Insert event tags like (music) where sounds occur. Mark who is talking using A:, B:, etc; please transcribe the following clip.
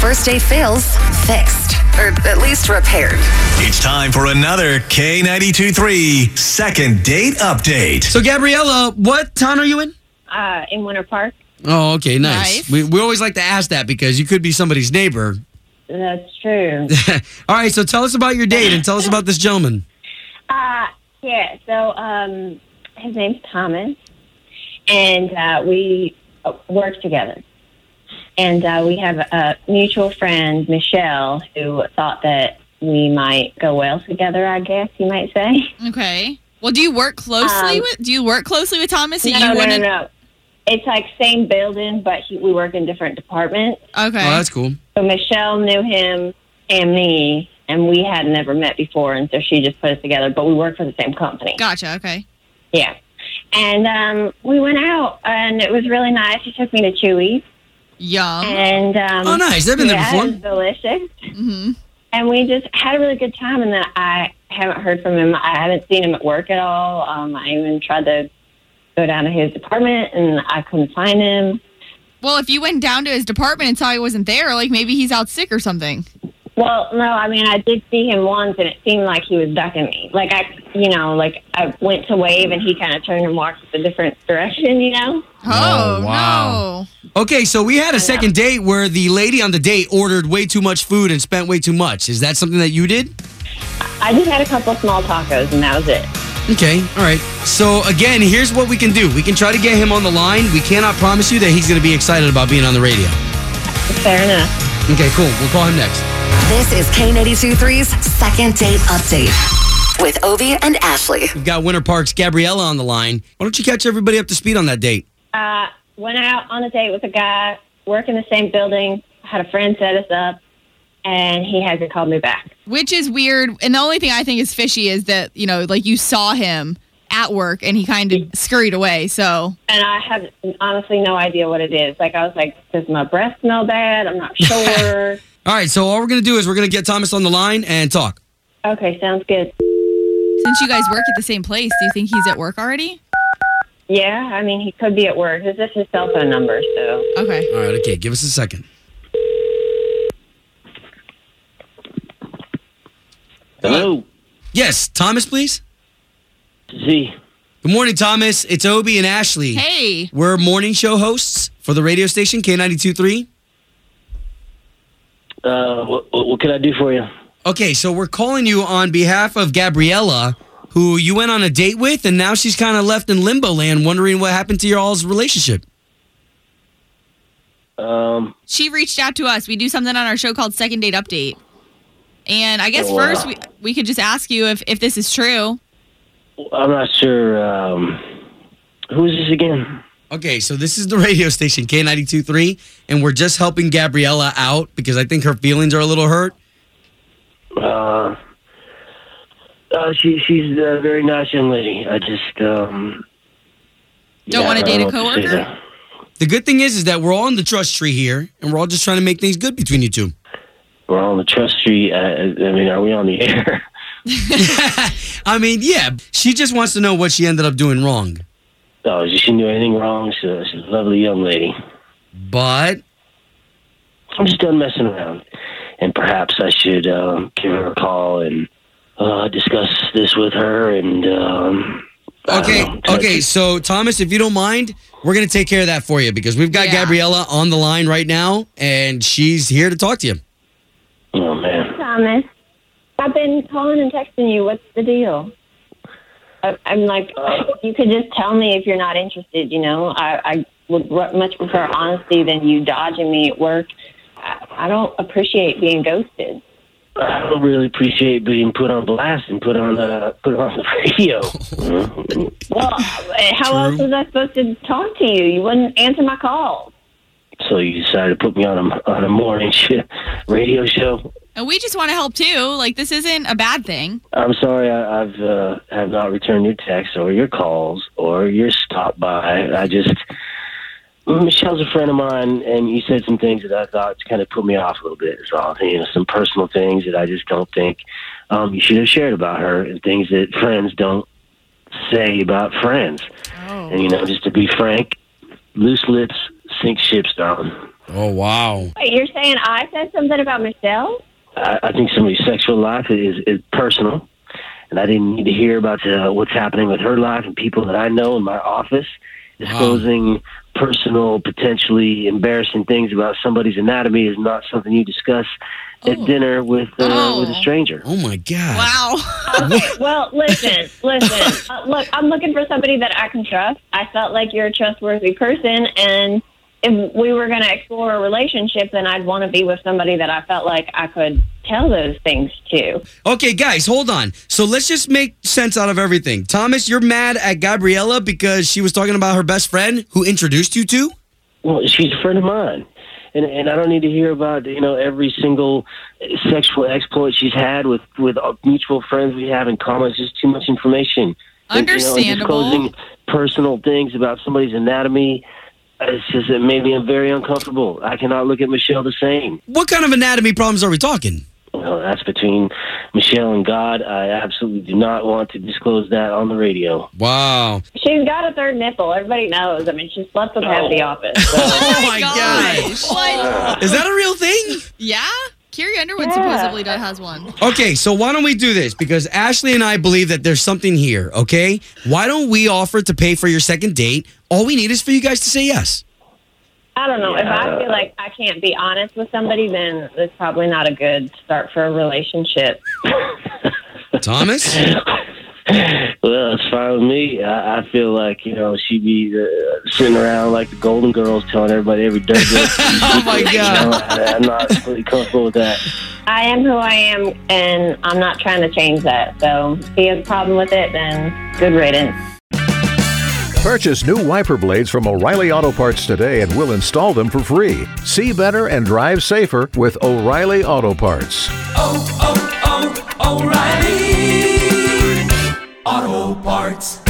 A: First day fails, fixed, or at least repaired.
B: It's time for another K92 3 second date update.
C: So, Gabriella, what town are you in?
D: uh, in Winter Park.
C: Oh, okay, nice.
E: Nice.
C: We, we always like to ask that because you could be somebody's neighbor.
D: That's true.
C: All right, so tell us about your date and tell us about this gentleman.
D: uh, yeah, so um, his name's Thomas, and uh, we uh, work together. And uh, we have a mutual friend, Michelle, who thought that we might go well together, I guess you might say.
E: Okay. Well, do you work closely
D: Um,
E: with Do you work closely with Thomas? that
D: No,
E: you
D: no, no,
E: wouldn't-
D: no. It's like same building, but he, we work in different departments.
E: Okay.
C: Oh, that's cool.
D: So Michelle knew him and me, and we had never met before, and so she just put us together. But we work for the same company.
E: gotcha. Okay.
D: Yeah. And um, we went out, and it was really nice. He took me to Chewy,
E: Yum.
D: and um,
C: Oh, nice. I've been there
D: yeah,
C: before.
D: It was delicious.
E: hmm
D: And we just had a really good time. And then I haven't heard from him. I haven't seen him at work at all. Um, I even tried to go down to his apartment, and I couldn't find him.
E: Well, if you went down to his department and saw he wasn't there, like maybe he's out sick or something.
D: Well, no, I mean, I did see him once, and it seemed like he was ducking me. Like I, you know, like I went to wave, and he kind of turned and walked a different direction. You know.
E: Oh,
C: wow. Okay, so we had a second date where the lady on the date ordered way too much food and spent way too much. Is that something that you did?
D: I just had a couple of small tacos, and that was it.
C: Okay, all right. So, again, here's what we can do we can try to get him on the line. We cannot promise you that he's going to be excited about being on the radio.
D: Fair enough.
C: Okay, cool. We'll call him next.
A: This is K823's second date update with Ovi and Ashley.
C: We've got Winter Park's Gabriella on the line. Why don't you catch everybody up to speed on that date?
D: uh, went out on a date with a guy, work in the same building, had a friend set us up, and he hasn't called me back.
E: no. Which is weird. And the only thing I think is fishy is that, you know, like you saw him at work and he kind of scurried away. So,
D: And I have honestly no idea what it is. Like, I was like, does my breath smell bad? I'm not sure.
C: All right, so all we're going to do is we're going to get Thomas on the line and talk.
D: okay, sounds good.
E: since you guys work at the same place, do you think he's at work already?
D: Yeah, I mean, he could be at work. This is his cell phone number, so.
E: Okay.
C: All right, okay, give us a second.
F: Hello,
C: Yes, Thomas, please.
F: Z.
C: Good morning, Thomas. It's Obi and Ashley.
E: Hey.
C: We're morning show hosts for the radio station K92.3.
F: Uh, what, what can I do for you?
C: Okay, so we're calling you on behalf of Gabriella, who you went on a date with, and now she's kind of left in limbo land wondering what happened to your all's relationship.
F: Um,
E: she reached out to us. We do something on our show called Second Date Update. And I guess
F: Oh, wow.
E: first we, we could just ask you if, if this is true.
F: I'm not sure. Um, who is this again?
C: Okay, so this is the (laughs) radio station K92.3, and we're just helping Gabriella out because I think her feelings are a little hurt.
F: Uh, uh she she's a very nice young lady. I just um.
E: Don't
F: yeah,
E: wanna
F: I
E: date a
F: know what to say
E: coworker?
F: now.
C: The good thing is, is that we're all in the trust tree here, and we're all just trying to make things good between you two.
F: We're on the trust tree. Uh, I mean, are we on the air? (laughs)
C: I mean, yeah, she just wants to know what she ended up doing wrong.
F: No, she didn't do anything wrong. She's a, she's a lovely young lady.
C: But
F: I'm just done messing around, and perhaps I should um, give her a call and uh, discuss this with her. And um, I
C: okay,
E: Uh,
F: don't know, touch-
C: okay. So Thomas, if you don't mind, we're gonna take care of that for you because we've got
E: Yeah.
C: Gabriella on the line right now, and she's here to talk to you.
F: Oh man,
D: Thomas, I've been calling and texting you. What's the deal? I, I'm like, you could just tell me if you're not interested. You know, I, I would re- much prefer honesty than you dodging me at work. I, I don't appreciate being ghosted.
F: I don't really appreciate being put on blast and put on uh, put on the (laughs) radio.
D: Well, eh, how
C: True.
D: else was I supposed to talk to you? You wouldn't answer my calls.
F: So you decided to put me on a on a morning shift radio show.
E: And we just want to help too. Like this isn't a bad thing.
F: I'm sorry, I, I've uh, have not returned your texts or your calls or your stop by. I just Michelle's a friend of mine, and you said some things that I thought kind of put me off a little bit. Is all you know, some personal things that I just don't think um, you should have shared about her, and things that friends don't say about friends. And you know, just to be frank, loose lips sink ships down.
C: Oh wow.
D: Wait, you're saying I said something about Michelle?
F: I, I think somebody's sexual life is, is personal, and I didn't need to hear about uh, what's happening with her life and people that I know in my office disclosing personal, potentially embarrassing things about somebody's anatomy is not something you discuss at dinner with uh,
E: Oh.
F: with a stranger.
C: Oh my god.
E: (laughs) Wow.
D: (laughs) Well, listen, listen. Uh, look, I'm looking for somebody that I can trust. I felt like you're a trustworthy person, and if we were going to explore a relationship, then I'd want to be with somebody that I felt like I could tell those things to.
C: Okay, guys, hold on. So let's just make sense out of everything. Thomas, you're mad at Gabriella because she was talking about her best friend who introduced you to?
F: Well, she's a friend of mine. And, and I don't need to hear about you know every single sexual exploit she's had with with uh, mutual friends we have in common. It's just too much information. And, You know, and
E: Understandable.
F: disclosing personal things about somebody's anatomy. uh, It's just it made me very uncomfortable. I cannot look at Michelle the same.
C: What kind of anatomy problems are we talking?
F: Well, that's between Michelle and God. I absolutely do not want to disclose that on the radio.
C: Wow.
D: She's got a third nipple. Everybody knows. I mean, she slept with half the office. So.
C: Oh my
E: Gosh. What?
C: Is that a real thing?
E: Yeah. Carrie Underwood supposedly does has one.
C: Okay, so why don't we do this? Because Ashley and I believe that there's something here, okay? Why don't we offer to pay for your second date? All we need is for you guys to say yes.
D: I don't know. If I feel like I can't be honest with somebody, then it's probably not a good start for a relationship.
C: Thomas?
F: Well, it's fine with me. I, I feel like you know she'd be uh, sitting around like the Golden Girls, telling everybody
C: (laughs)
F: every dirt. oh
C: my God.
F: I'm not really comfortable with that.
D: I am who I am, and I'm not trying to change that. So if he has a problem with it, then good riddance.
G: Purchase new wiper blades from O'Reilly Auto Parts today and we'll install them for free. See better and drive safer with O'Reilly Auto Parts.
H: Oh, oh, oh, O'Reilly. Auto parts.